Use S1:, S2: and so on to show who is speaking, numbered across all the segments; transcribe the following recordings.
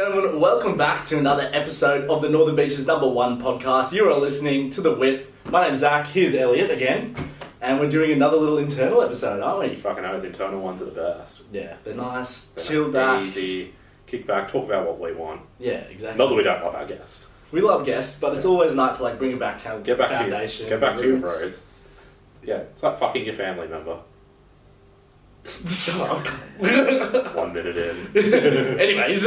S1: Welcome back to another episode of the Northern Beaches number one podcast. You are listening to The Whip. My name's Zach, here's Elliot again, and we're doing another little internal episode, aren't we?
S2: Fucking oath, internal ones are the best.
S1: Yeah, they're nice,
S2: They're
S1: chill
S2: not
S1: back.
S2: Easy, kick back, talk about what we want.
S1: Yeah, exactly.
S2: Not that we don't love our guests.
S1: We love guests, but it's always nice to like bring it back to our
S2: Get back
S1: foundation.
S2: to your, get back to your
S1: roots.
S2: roads. Yeah, it's like fucking your family member.
S1: Shut up.
S2: One minute in.
S1: Anyways,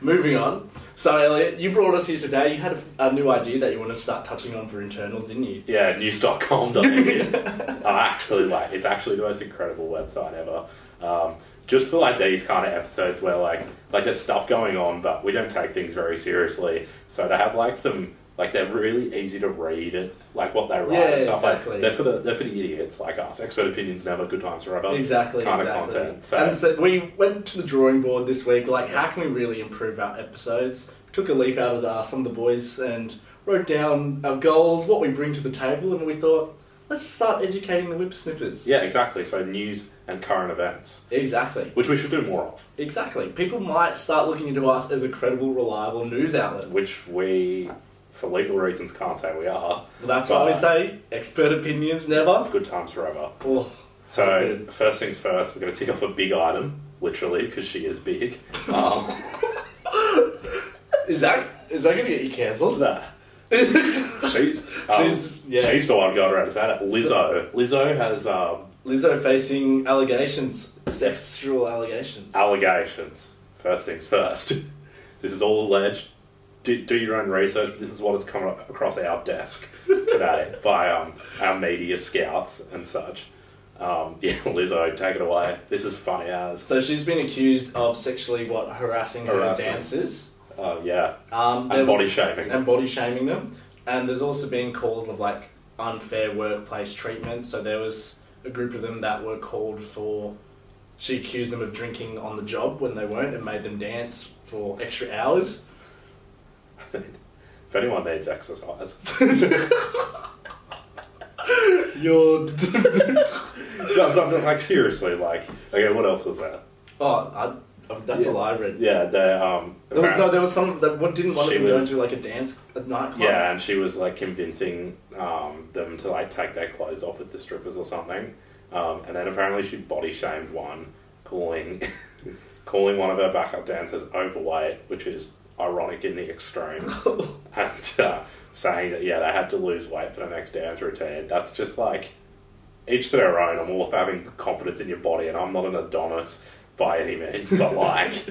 S1: moving on. So Elliot, you brought us here today. You had a, a new idea that you wanted to start touching on for internals, didn't you?
S2: yeah, news.com. I actually like it's actually the most incredible website ever. Um, just for like these kind of episodes where like like there's stuff going on, but we don't take things very seriously. So to have like some like they're really easy to read and like what they write and
S1: Yeah,
S2: stuff like-
S1: exactly.
S2: they're for the they're for the idiots like us. Expert opinions never, good times forever.
S1: Exactly,
S2: kind
S1: exactly.
S2: of content. So
S1: And so we went to the drawing board this week. Like, how can we really improve our episodes? Took a leaf out of the, some of the boys and wrote down our goals, what we bring to the table, and we thought, let's start educating the whippersnippers.
S2: yeah, exactly. So news and current events,
S1: Exactly,
S2: which we should do more of.
S1: exactly. People might start looking into us as a credible, reliable news outlet.
S2: Which we for legal reasons can't say we are.
S1: Well, that's why we say expert opinions never.
S2: Good times forever.
S1: Oh,
S2: So first things first, we're going to tick off a big item, literally, because she is big. Um,
S1: is that is that going to get you cancelled?
S2: nah. she's, um,
S1: She's-
S2: she's,
S1: yeah.
S2: the one going around. Is that it? Lizzo? Lizzo has um,
S1: Lizzo facing allegations, sexual allegations.
S2: allegations. First things first. This is all alleged. Do, do your own research. But this is what has come up across our desk today by um, our media scouts and such. Um, yeah, Lizzo, take it away. This is funny as.
S1: So she's been accused of sexually what harassing her
S2: Harassment.
S1: dancers
S2: Oh yeah,
S1: um, there
S2: and body
S1: was-
S2: shaming.
S1: and body shaming them. And there's also been calls of like unfair workplace treatment. So there was a group of them that were called for. She accused them of drinking on the job when they weren't and made them dance for extra hours.
S2: If anyone needs exercise,
S1: You're.
S2: no, but, but, like seriously, like okay, what else was that?
S1: oh, I, that's all I read.
S2: Yeah, the um,
S1: There was, no, there was some that what didn't want
S2: She
S1: to go
S2: was-
S1: into like a dance a nightclub.
S2: yeah, and she was like convincing um, them to like take their clothes off with the strippers or something, um, and then apparently she body shamed one, calling calling one of her backup dancers overweight, which is ironic in the extreme, and uh, saying that yeah they had to lose weight for the next dance routine. That's just like each to their own. I'm all for having confidence in your body, and I'm not an Adonis by any means, but like.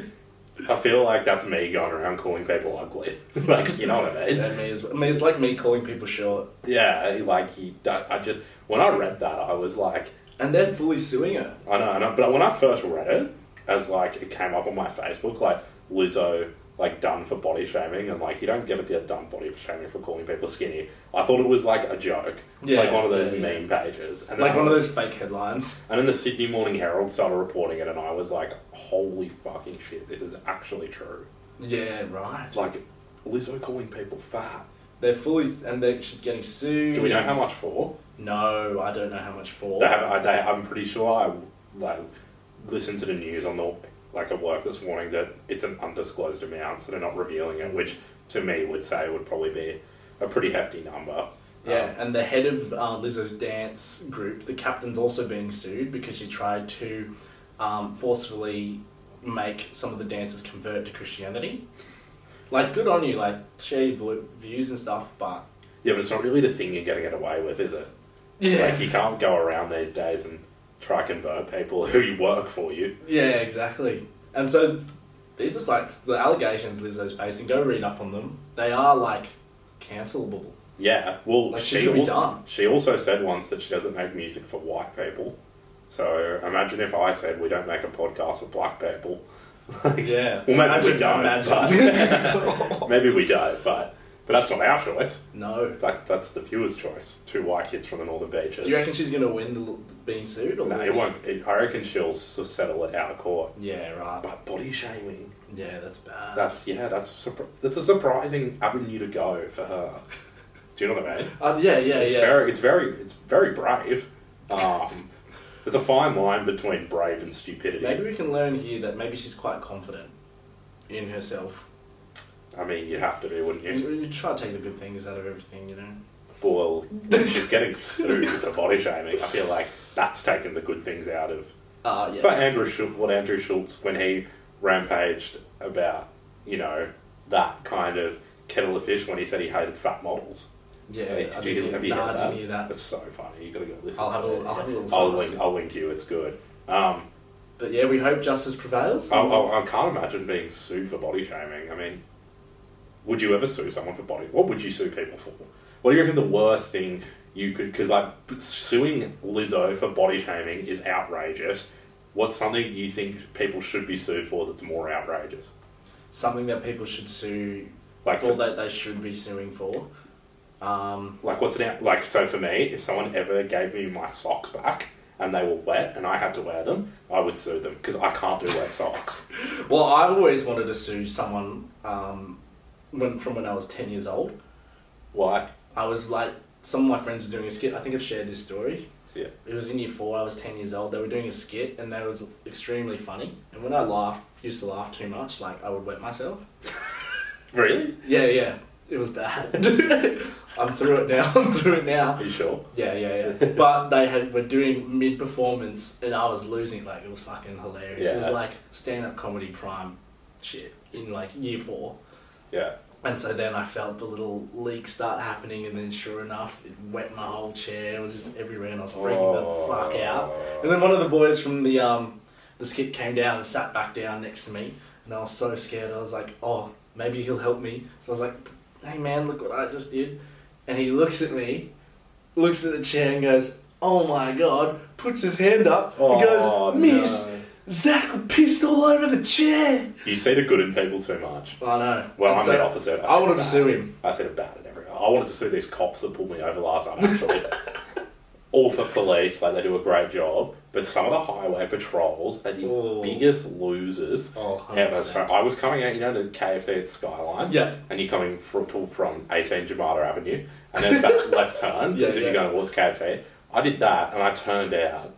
S2: I feel like that's me going around calling people ugly. like, you know what I mean?
S1: And me as well. I mean, it's like me calling people short,
S2: Yeah, like he, that, I just when I read that, I was like,
S1: and they're fully suing her.
S2: I know, I know. But when I first read it, as like it came up on my Facebook, like Lizzo, like done for body shaming, and like you don't get it done body shaming for calling people skinny. I thought it was like a joke,
S1: Yeah,
S2: like one of those
S1: yeah, yeah.
S2: meme pages, and then
S1: Like
S2: I-
S1: one of those fake headlines.
S2: And then the Sydney Morning Herald started reporting it, and I was like, holy fucking shit, this is actually true.
S1: Yeah, right.
S2: Like Lizzo calling people fat.
S1: They're fully and they're she's getting sued.
S2: Do we know how much for?
S1: No, I don't know how much for.
S2: They haven't. I, they, I'm pretty sure I like listened to the news on the like at work this morning that it's an undisclosed amount, so they're not revealing it, which to me would say would probably be a pretty hefty number. Um,
S1: Yeah,
S2: Oh.
S1: and the head of uh, Lizzo's dance group, the captain's also being sued because she tried to um, forcefully make some of the dancers convert to Christianity. Like, good on you, like, share your vo- views and stuff, but.
S2: Um, yeah, but it's not really the thing you're getting it away with, is it? Like you can't go around these days and try convert people who work for you.
S1: Yeah, exactly. And so these are like the allegations Lizzo's facing. Go read up on them. They are like cancelable.
S2: Yeah. Well,
S1: Like, she
S2: she
S1: could be
S2: also,
S1: done.
S2: she also said once that she doesn't make music for white people. So imagine if I said we don't make a podcast for black people.
S1: Yeah.
S2: Well, maybe we don't.
S1: Imagine.
S2: but- maybe we don't, but but that's not our choice.
S1: no.
S2: That, that's the viewers' choice. Two white kids from the northern beaches.
S1: Do you reckon she's going to win the, l- being sued? Or
S2: No, it
S1: lose?
S2: won't. It, I reckon she'll s- settle it out of court.
S1: Yeah, right.
S2: But body shaming.
S1: Yeah, that's bad.
S2: That's yeah. That's surpri- that's a surprising avenue to go for her. Do you know what I mean?
S1: Um, yeah, yeah,
S2: It's
S1: yeah.
S2: very, it's very, it's very brave. Um, there's a fine line between brave and stupidity.
S1: Maybe we can learn here that maybe she's quite confident in herself.
S2: I mean, you'd have to do, wouldn't you?
S1: You, you try to take the good things out of everything, you know.
S2: Well, she's getting sued for body shaming. I feel like that's taken the good things out of.
S1: Uh, yeah.
S2: It's like Andrew Schultz, what Andrew Schultz when he rampaged about, you know, that kind of kettle of fish when he said he hated fat models.
S1: yeah,
S2: Hey,
S1: I
S2: did you-
S1: didn't
S2: have
S1: hear,
S2: you
S1: nah, I
S2: heard
S1: didn't
S2: that?
S1: hear that.
S2: It's so funny. You gotta go listen.
S1: I'll have a
S2: to
S1: little,
S2: it.
S1: I'll have a little
S2: I'll
S1: sauce.
S2: link. I'll link you. It's good. Um,
S1: But yeah, we hope justice prevails.
S2: I, I, I can't imagine being sued for body shaming. I mean, would you ever sue someone for body? What would you sue people for? What do you reckon the worst thing you could? Because like suing Lizzo for body shaming is outrageous. What's something you think people should be sued for that's more outrageous?
S1: Something that people should sue
S2: Like,
S1: for
S2: for,
S1: that they should be suing for. Um,
S2: like what's an out, like? So for me, if someone ever gave me my socks back and they were wet and I had to wear them, I would sue them because I can't do wet socks.
S1: well, I've always wanted to sue someone um, when from when I was ten years old.
S2: Why?
S1: I was like, some of my friends were doing a skit. I think I've shared this story.
S2: Yeah.
S1: It was in year four. I was ten years old. They were doing a skit, and that was extremely funny. And when I laughed, used to laugh too much, like I would wet myself.
S2: Really?
S1: Yeah, yeah. It was bad. I'm through it now. I'm through it now.
S2: Are you sure?
S1: Yeah, yeah, yeah. But they had were doing mid performance, and I was losing. Like it was fucking hilarious. It was
S2: Yeah.
S1: like stand up comedy prime shit in like year four.
S2: Yeah.
S1: And so then I felt the little leak start happening, and then sure enough, it wet my whole chair. It was just everywhere, and I was freaking the
S2: Oh.
S1: fuck out. And then one of the boys from the um, the skit came down and sat back down next to me, and I was so scared. I was like, "Oh, maybe he'll help me." So I was like, "Hey man, look what I just did," and he looks at me, looks at the chair, and goes, "Oh my god!" Puts his hand up, and
S2: Oh,
S1: goes,
S2: no.
S1: "Miss, Zach pissed all over the chair."
S2: You see the good in people too much.
S1: I know.
S2: Well,
S1: And
S2: I'm
S1: so
S2: the opposite.
S1: I
S2: see
S1: wanted
S2: the
S1: to
S2: bad.
S1: sue him.
S2: I said about it every. I wanted to sue these cops that pulled me over last night. Actually, all for police, like they do a great job. But some of the highway patrols, they're the
S1: Ooh.
S2: biggest losers
S1: Oh,
S2: ever. So I was coming out, you know, to KFC at Skyline.
S1: Yeah.
S2: and you're coming from, to- from 18 Jamada Avenue, and there's that left turn,
S1: Yeah,
S2: as if
S1: yeah.
S2: you're going towards KFC. I did that, and I turned out,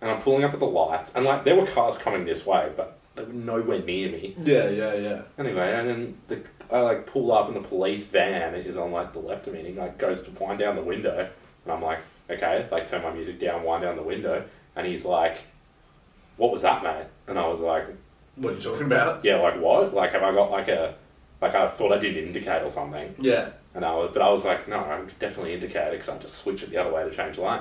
S2: and I'm pulling up at the lights, and like there were cars coming this way, but they were nowhere near me.
S1: Yeah, yeah, yeah.
S2: Anyway, and then the, I like pull up, and the police van is on like the left of me, and he like goes to wind down the window, and I'm like, okay, like turn my music down, wind down the window, and he's like, what was that, mate? And I was like,
S1: What are you talking about?
S2: yeah, like what? Like have I got like a like I thought I did indicate or something.
S1: Yeah.
S2: And I was, but I was like, no, I'm definitely indicated because I just switch it the other way to change lane.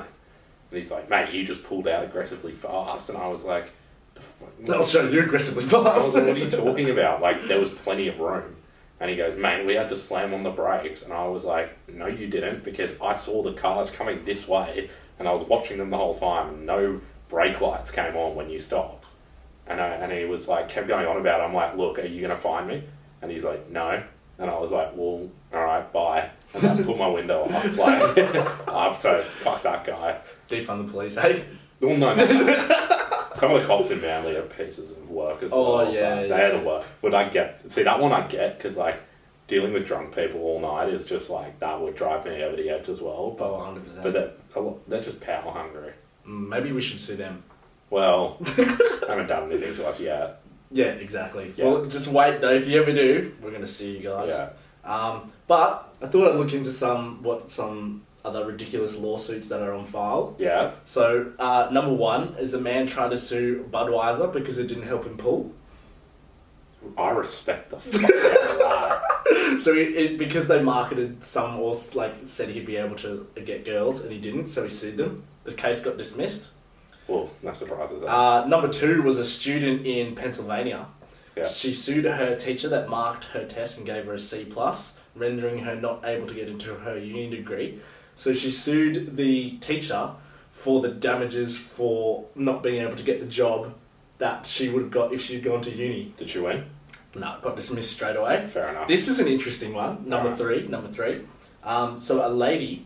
S2: And he's like, mate, you just pulled out aggressively fast. And I was like, the fuck?
S1: I'll show you aggressively
S2: I was
S1: fast.
S2: like, what are you talking about? Like, there was plenty of room. And he goes, mate, we had to slam on the brakes. And I was like, no, you didn't, because I saw the cars coming this way and I was watching them the whole time. And no brake lights came on when you stopped. And, I, and he was like, kept going on about it. I'm like, look, are you going to find me? And he's like, no. And I was like, well, all right, bye. And I put my window up. Like, I'm so, fuck that guy.
S1: Defund the police, hey?
S2: Well, no. no. Some of the cops in Manly are pieces of work as
S1: Oh,
S2: well.
S1: yeah,
S2: they
S1: yeah.
S2: had to work. But I get see that one I get because like dealing with drunk people all night is just like that would drive me over the edge as well. But
S1: Oh, 100%.
S2: but they're a lot- they're just power hungry.
S1: Mm, Maybe we should sue them.
S2: Well, haven't done anything to us yet.
S1: Yeah, exactly.
S2: Yeah.
S1: Well, just wait though. If you ever do, we're going to see you guys.
S2: Yeah,
S1: Um, but I thought I'd look into some what some other ridiculous lawsuits that are on file.
S2: yeah.
S1: So uh, number one is a man trying to sue Budweiser because it didn't help him pull.
S2: I respect the fuck out of that.
S1: So it, it, because they marketed some or s- like said he'd be able to get girls and he didn't, so he sued them. The case got dismissed.
S2: Well, no surprises. there.
S1: Uh, number two was a student in Pennsylvania.
S2: Yeah.
S1: She sued her teacher that marked her test and gave her a C plus, rendering her not able to get into her uni degree. So she sued the teacher for the damages for not being able to get the job that she would have got if she'd gone to uni.
S2: Did you win?
S1: No, got dismissed straight away.
S2: Fair enough.
S1: This is an interesting one. Number
S2: Alright.
S1: three. Number three. Um, so a lady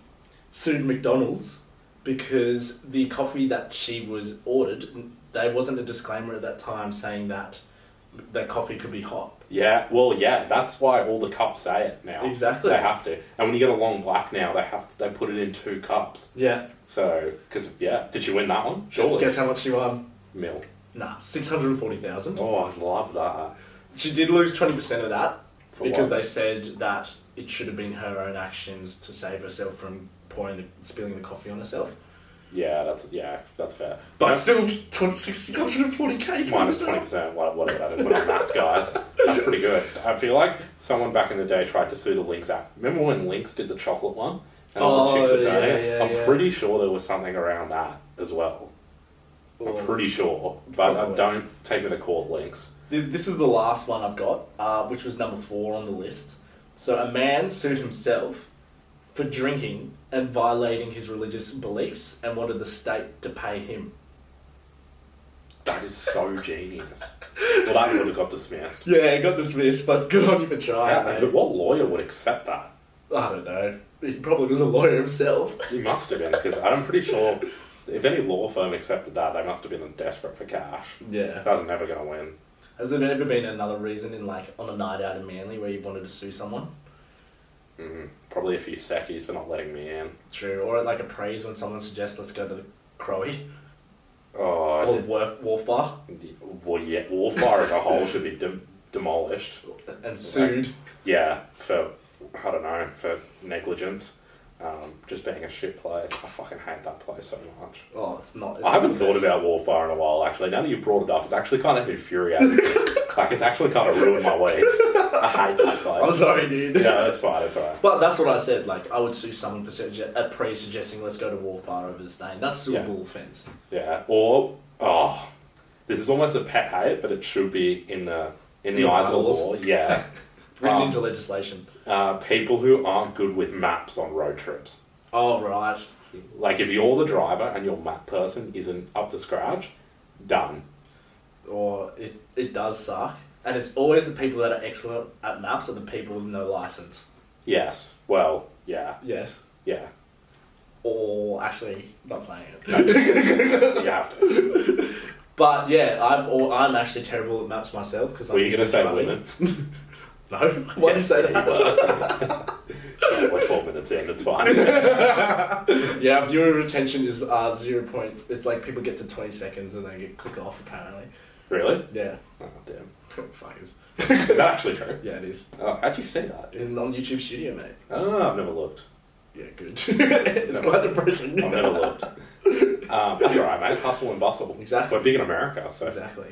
S1: sued McDonald's because the coffee that she was ordered, there wasn't a disclaimer at that time saying that the coffee could be hot.
S2: Yeah, well, yeah, that's why all the cups say it now.
S1: Exactly.
S2: They have to. And when you get a long black now, they have they put it in two cups.
S1: Yeah.
S2: So, because, yeah, did you win that one?
S1: Just
S2: Surely.
S1: guess how much she won?
S2: Mill.
S1: Nah, six hundred and forty thousand.
S2: Oh, I love that.
S1: She did lose twenty percent of that.
S2: For
S1: because
S2: what?
S1: they said that it should have been her own actions to save herself from pouring the spilling the coffee on herself.
S2: yeah, that's yeah, that's fair.
S1: But
S2: You know,
S1: still, 20, 60, 140k
S2: minus twenty percent, whatever that is. We're not math guys. That's pretty good. I feel like someone back in the day tried to sue the Lynx app. Remember when Lynx did the chocolate one and all
S1: Oh,
S2: the chicks were
S1: yeah,
S2: turning it?
S1: yeah,
S2: I'm
S1: yeah.
S2: pretty sure there was something around that as well.
S1: Oh.
S2: I'm pretty sure, but I
S1: Probably.
S2: don't take me to court, Lynx.
S1: Th- This is the last one I've got, uh, which was number four on the list. So a man sued himself for drinking and violating his religious beliefs and wanted the state to pay him.
S2: That is so genius. Well, that would have got dismissed.
S1: Yeah, it got dismissed, but good on you for
S2: Yeah,
S1: trying.
S2: but what lawyer would accept that?
S1: I don't know. He probably was a lawyer himself.
S2: He must have been, because I'm pretty sure if any law firm accepted that, they must have been desperate for cash.
S1: Yeah.
S2: That was never going to win.
S1: Has there ever been another reason in like on a night out in Manly where you wanted to sue someone?
S2: Mhm. Probably a few seckies for not letting me in.
S1: True. Or at like a praise when someone suggests let's go to the Crowy
S2: Oh, I
S1: or
S2: did-
S1: Wharf, Wharf Bar
S2: well, yeah, Wolfbar as a whole should be dem demolished.
S1: and sued.
S2: Yeah, for I don't know for negligence, um, just being a shit place. I fucking hate that place so much.
S1: Oh, it's not. It's
S2: I haven't
S1: not
S2: thought
S1: this.
S2: about Warfare in a while, actually. Now that you've brought it up, it's actually kind of infuriating. me. like, it's actually kind of ruined my week. I hate that
S1: I'm
S2: place.
S1: sorry, dude.
S2: Yeah, that's fine, that's fine.
S1: But that's what I said. Like, I would sue someone for sugge- a pre suggesting let's go to Wharf Bar over this name. That's
S2: Yeah.
S1: suitable offense.
S2: Yeah, or, oh, this is almost a pet hate, but it should be in the in
S1: In
S2: the
S1: the
S2: eyes of the
S1: bylaws.
S2: law. Yeah.
S1: Written
S2: Um,
S1: into legislation.
S2: uh, people who aren't good with maps on road trips.
S1: Oh right.
S2: Like, if you're the driver and your map person isn't up to scratch, done.
S1: Or it it does suck, and it's always the people that are excellent at maps are the people with no license.
S2: Yes. Well, yeah,
S1: Yes.
S2: yeah.
S1: Or actually, not saying it.
S2: You have to.
S1: But yeah, I've all, I'm actually terrible at maps myself because.
S2: Were you going to say women?
S1: No. Why do you say
S2: Yeah,
S1: that?
S2: you were. We're 12 minutes in, it's fine.
S1: Yeah, viewer retention is uh, zero point. It's like people get to twenty seconds and they get click off apparently.
S2: really?
S1: Yeah.
S2: Oh, damn.
S1: Fuckers.
S2: Is that actually true?
S1: Yeah, it is.
S2: Oh, how'd you say that?
S1: In, on YouTube Studio, mate.
S2: Oh, I've never looked.
S1: Yeah, good. it's quite depressing.
S2: I've never looked. Um, that's alright, mate. Hustle and bustle.
S1: Exactly.
S2: We're big in America, so
S1: exactly.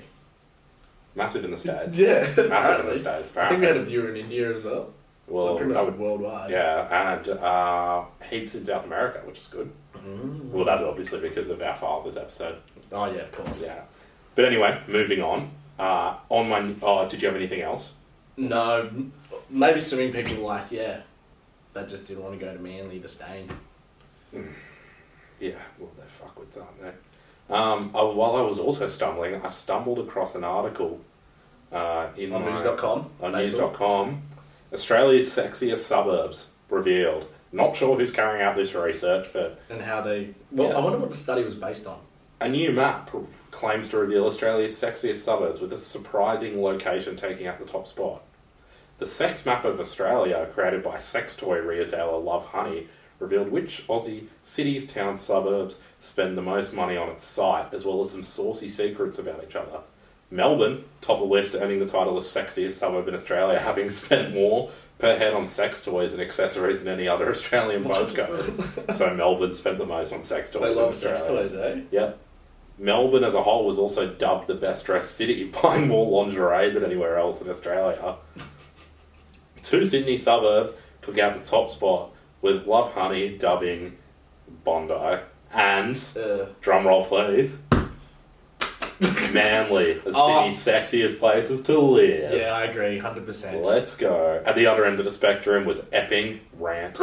S2: massive in the States.
S1: Yeah.
S2: Massive in the
S1: apparently.
S2: States,
S1: I think we
S2: apparently.
S1: had a viewer in India as well. so
S2: well,
S1: pretty
S2: that
S1: much
S2: would-
S1: worldwide.
S2: yeah, and uh, heaps in South America, which is good.
S1: Mm.
S2: Well, that's obviously because of our father's episode.
S1: Oh yeah, of course.
S2: Yeah. But anyway, moving on. Uh, on my. Oh, did you have anything else?
S1: No, m- maybe swimming people like yeah, they just didn't want to go to Manly to stain.
S2: Yeah, well, they're fuckwits, aren't they? eh? Um, I, while I was also stumbling, I stumbled across an article uh, in
S1: On
S2: my-
S1: news.com.
S2: on
S1: That's all.
S2: news.com. Australia's sexiest suburbs revealed. Not sure who's carrying out this research, but
S1: And how they. Well,
S2: Yeah.
S1: I wonder what the study was based on.
S2: a new map claims to reveal Australia's sexiest suburbs with a surprising location taking up the top spot. The sex map of Australia, created by sex toy retailer Love Honey, revealed which Aussie cities, towns, suburbs spend the most money on its site, as well as some saucy secrets about each other. Melbourne, top of the list, earning the title of sexiest suburb in Australia, having spent more per head on sex toys and accessories than any other Australian postcode. so Melbourne spent the most on sex toys.
S1: They
S2: in
S1: love sex
S2: Australia.
S1: toys, eh?
S2: Yep. Melbourne as a whole was also dubbed the best dressed city, buying more lingerie than anywhere else in Australia. Two Sydney suburbs took out the top spot with Love Honey dubbing Bondi and
S1: Uh,
S2: drumroll please. Manly, the
S1: Oh.
S2: city's sexiest places to live.
S1: yeah, I agree, hundred percent.
S2: Let's go. At the other end of the spectrum was Epping Rant.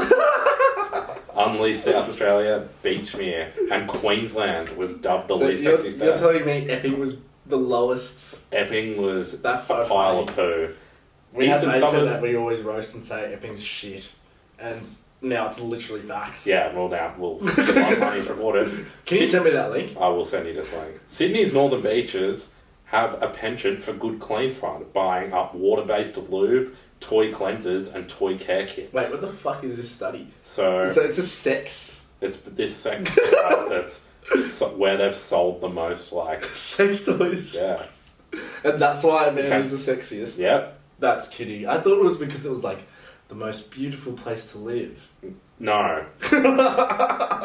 S2: Unleashed South Australia, Beachmere, and Queensland was dubbed the
S1: So
S2: least
S1: you're,
S2: sexy
S1: you're
S2: state.
S1: telling me Epping was the lowest.
S2: Epping was
S1: That's
S2: a
S1: so funny.
S2: pile of poo.
S1: We have
S2: Eastern
S1: mates
S2: suburbs-
S1: that we always roast and say Epping's shit, and now it's literally facts.
S2: Yeah, well now we'll my money's rewarded.
S1: Can you
S2: Syd-
S1: send me that link?
S2: I will send you this link. Sydney's northern beaches have a penchant for good clean fun, buying up water-based lube, toy cleansers, and toy care kits.
S1: Wait, what the fuck is this study?
S2: so
S1: So it's a sex
S2: It's this section that's so- where they've sold the most, like,
S1: sex toys,
S2: yeah.
S1: and that's why
S2: Okay.
S1: Amanda's the sexiest.
S2: Yep.
S1: That's kidding. I thought it was because it was like the most beautiful place to live.
S2: No.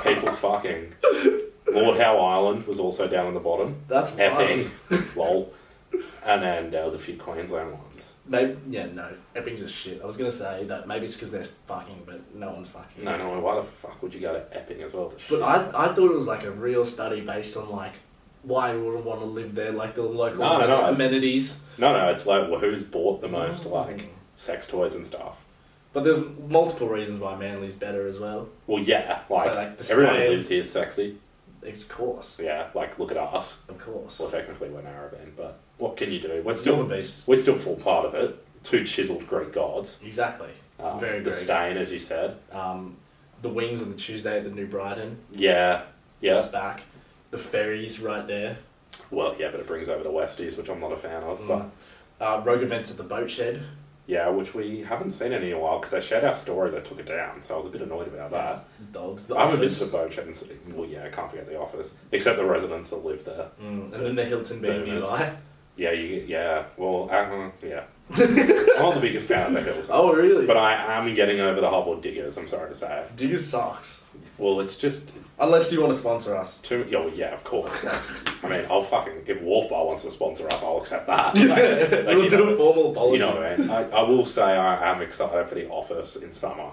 S2: People fucking. Lord Howe Island was also down on the bottom.
S1: That's
S2: Epping.
S1: why.
S2: Lol. And then there was a few Queensland ones.
S1: Maybe yeah, no. Epping's just shit. I was gonna say that maybe it's because they're fucking, but no one's fucking.
S2: No, no, why the fuck would you go to Epping as well? It's
S1: But
S2: shit.
S1: I, I thought it was like a real study based on like why you would want to live there, like the local
S2: No, no, no, it's-
S1: amenities.
S2: No, no, it's like, well, who's bought the most, like,
S1: Mm.
S2: sex toys and stuff?
S1: But there's multiple reasons why Manly's better as well.
S2: Well, yeah, like,
S1: So, like, the
S2: everyone who
S1: scale-
S2: lives here is sexy.
S1: Of course,
S2: Yeah, like, look at us.
S1: of course.
S2: Well, technically we're Narrabeen, but what can you do? We're
S1: Northern
S2: still,
S1: Beaches.
S2: we're still full part of it. Two chiseled Greek gods.
S1: Exactly.
S2: Um,
S1: Very
S2: The
S1: Greek.
S2: stain, as you said.
S1: Um, the wings on the Tuesday at the New Brighton.
S2: Yeah, yeah.
S1: That's back. The ferries right there.
S2: Well, yeah, but it brings over the Westies, which I'm not a fan
S1: Mm.
S2: of. But
S1: Uh, rogue events at the boat shed.
S2: yeah, which we haven't seen in a while because they shared our story that took it down, so I was a bit annoyed about that.
S1: Yes, Dogs. The
S2: I haven't been
S1: office.
S2: to the boat shed and seen- well, yeah, I can't forget the office, except the residents that live there.
S1: Mm, and then the Hilton being
S2: Boomers.
S1: nearby.
S2: Yeah, you, yeah. Well, uh, yeah. I'm not the biggest fan of the hills,
S1: Oh, really?
S2: but I am getting over the hobble diggers. I'm sorry to say.
S1: Do you socks?
S2: Well, it's just it's
S1: Unless you want to sponsor us.
S2: too. Oh, yeah, of course. I mean, I'll fucking if Wharf Bar wants to sponsor us, I'll accept that. Like, like,
S1: we'll
S2: you
S1: do
S2: know,
S1: a formal
S2: You
S1: apology.
S2: know what I mean? I, I will say I am excited for the office in summer.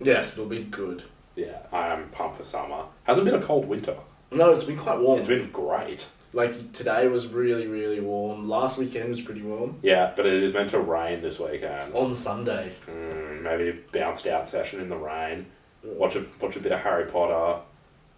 S1: Yes, it'll be good.
S2: Yeah, I am pumped for summer. Hasn't been a cold winter.
S1: No, it's been quite warm.
S2: It's been great.
S1: like today was really, really warm. Last weekend was pretty warm.
S2: Yeah, but it is meant to rain this weekend.
S1: On Sunday,
S2: Mm, maybe a bounced out session in the rain. Watch a watch a bit of Harry Potter.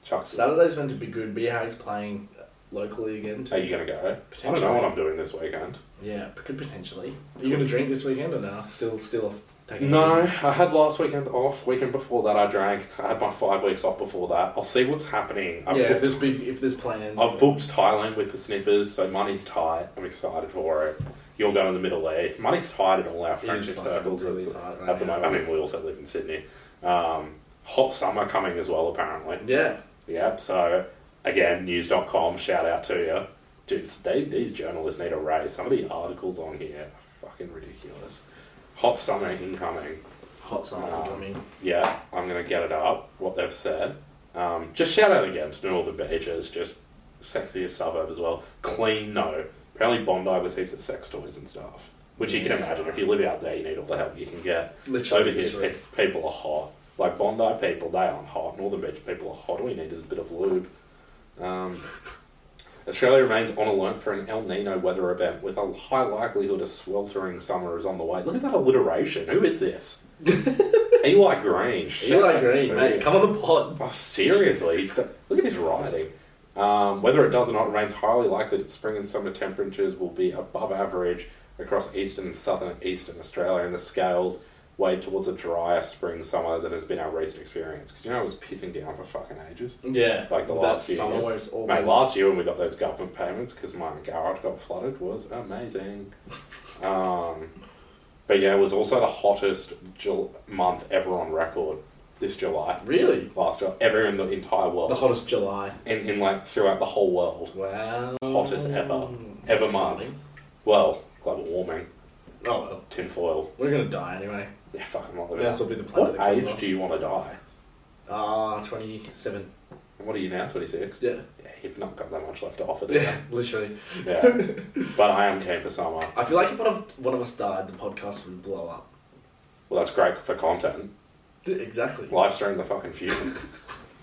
S2: Chuck,
S1: Saturday's meant to be good. Beehag's playing locally again.
S2: are
S1: Too.
S2: you gonna go? I don't
S1: Potentially.
S2: know what I'm doing this weekend.
S1: Yeah, p- could potentially. Are you going to drink this weekend or no? Still, still off. Taking
S2: No, I had last weekend off. Weekend before that, I drank. I had my five weeks off before that. I'll see what's happening. I've
S1: yeah, if
S2: booked
S1: there's big, if there's plans.
S2: I've booked Thailand with the Snippers, so money's tight. I'm excited for it. You're going to the Middle East. Money's tight in all our
S1: It is
S2: friendship
S1: fucking
S2: circles
S1: really
S2: at,
S1: tight right
S2: at the
S1: now.
S2: moment. I mean, we also live in Sydney. Um, hot summer coming as well, apparently.
S1: Yeah,
S2: Yep, so again, news.com, shout out to you. Dudes, they, these journalists need a raise. Some of the articles on here are fucking ridiculous. Hot summer incoming.
S1: hot summer
S2: Um,
S1: coming.
S2: Yeah, I'm gonna get it up. What they've said. Um, just shout out again to Northern Beaches, just sexiest suburb as well. Clean, no. Apparently Bondi was heaps of sex toys and stuff, which you can
S1: Yeah.
S2: imagine. If you live out there, you need all the help you can get. Over
S1: Literally,
S2: here,
S1: literally.
S2: pe- people are hot. Like Bondi people, they aren't hot. Northern Beach people are hot. All you need is a bit of lube. Um, Australia remains on alert for an El Nino weather event with a high likelihood a sweltering summer is on the way. Look at that alliteration. Who is this? Eli Green. Shout
S1: Eli
S2: out to
S1: Green,
S2: you.
S1: mate, come on the pod.
S2: Oh, seriously, he's got, look at his writing. Um, whether it does or not remains highly likely that spring and summer temperatures will be above average across eastern and southern and eastern Australia, and the scales way towards a drier spring summer than has been our recent experience. Because you know it was pissing down for fucking ages.
S1: Yeah,
S2: Like the
S1: that
S2: last few
S1: summer
S2: years.
S1: where it's all
S2: Mate, last year when we got those government payments because my garage got flooded was amazing. Um, but yeah, it was also the hottest Jul- month ever on record this July
S1: really
S2: last year ever in the entire world.
S1: the hottest July.
S2: in, in like throughout the whole world.
S1: Wow,
S2: Hottest ever.
S1: That's
S2: Ever month.
S1: exciting.
S2: Well, global warming,
S1: Oh well,
S2: tinfoil.
S1: we're gonna die anyway.
S2: Yeah, fuck, I'm not living.
S1: That's what be the planet
S2: what
S1: that
S2: age
S1: kills us.
S2: do you want to die?
S1: Ah, twenty-seven.
S2: And What are you now, 26?
S1: Yeah,
S2: Yeah, you've not got that much left to offer, do you?
S1: yeah, literally.
S2: yeah. But I am keen for summer.
S1: I feel like if one of one of us died, the podcast would blow up.
S2: Well, that's great for content.
S1: D- Exactly.
S2: Live stream the fucking fusion.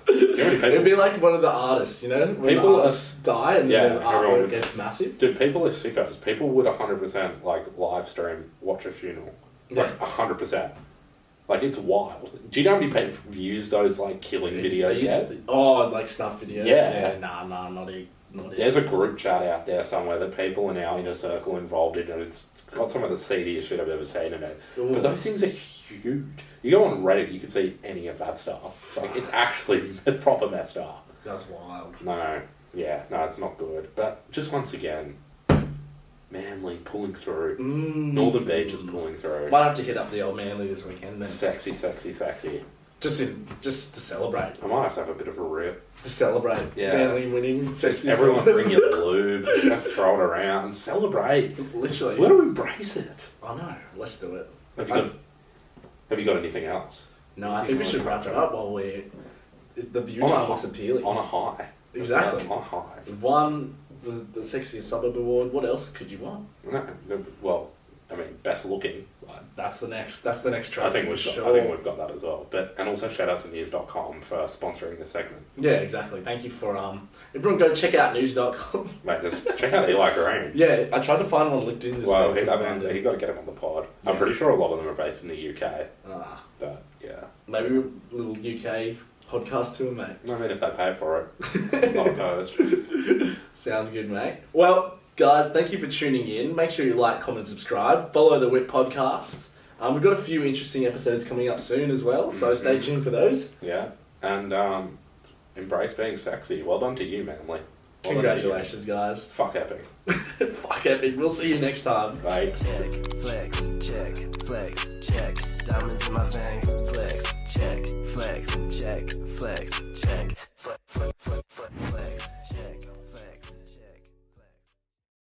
S2: do you know how many
S1: It'd
S2: people?
S1: be like one of the artists, you know, when
S2: People
S1: the artists die and
S2: Yeah,
S1: their
S2: everyone
S1: artwork
S2: would-
S1: gets massive.
S2: Dude, people are sickos. People would 100% like live stream, watch a funeral. Like, 100%. Like, it's wild. Do you know how many people views those, like, killing
S1: Are
S2: videos
S1: you-
S2: yet?
S1: Oh, like snuff videos.
S2: Yeah.
S1: nah, nah, not it. Not it.
S2: There's a group chat out there somewhere that people in our inner circle involved in, and it's got some of the seediest shit I've ever seen in it.
S1: Ooh.
S2: But those things are huge. You go on Reddit, you can see any of that stuff. Like, it's actually proper messed up.
S1: That's wild.
S2: No, yeah, no, it's not good. But just once again, Manly pulling through.
S1: Mm.
S2: Northern Beach is pulling through.
S1: Might have to hit up the old Manly this weekend then.
S2: Sexy, sexy, sexy.
S1: Just in, just to celebrate,
S2: I might have to have a bit of a rip.
S1: to celebrate
S2: Yeah.
S1: Manly winning. Especially
S2: Everyone bring your lube, just throw it around and celebrate.
S1: literally.
S2: Let them embrace it.
S1: I know. Let's do it.
S2: Have you got, have you got anything else?
S1: No, I
S2: You
S1: think we
S2: know,
S1: should wrap it up while we're. The view
S2: On a
S1: time
S2: high-
S1: looks appealing.
S2: On a high.
S1: Exactly.
S2: On a high.
S1: One, the, the sexiest suburb award. What else could you want?
S2: No, no, well, I mean, best looking.
S1: That's the next. That's the next trophy.
S2: I think, we've
S1: for
S2: got,
S1: sure.
S2: I think we've got that as well. But And also shout out to news.com for sponsoring this segment.
S1: Yeah, exactly. Thank you for um. Everyone, go check out news.com.
S2: Mate, just check out Eli Green.
S1: yeah, I tried to find one on LinkedIn. Just now,
S2: Well, he,
S1: couldn't
S2: I
S1: find
S2: mean, he
S1: it.
S2: got to get him on the pod. I'm
S1: Yeah.
S2: pretty sure a lot of them are based in the UK,
S1: Ah,
S2: but yeah.
S1: maybe a little UK podcast to him, mate.
S2: I mean, if they pay for it, not opposed.
S1: Sounds good, mate. Well, guys, thank you for tuning in. Make sure you like, comment, subscribe, follow the Whip Podcast. Um, we've got a few interesting episodes coming up soon as well, so stay tuned for those.
S2: Yeah, and um, embrace being sexy. Well done to you, Manly. Well done to you.
S1: Congratulations, guys.
S2: Fuck epic.
S1: Fuck epic. We'll see you next time.
S2: Bye.
S3: Check, flex, check, flex, check. Diamonds in my veins. Flex, check, flex, check, flex,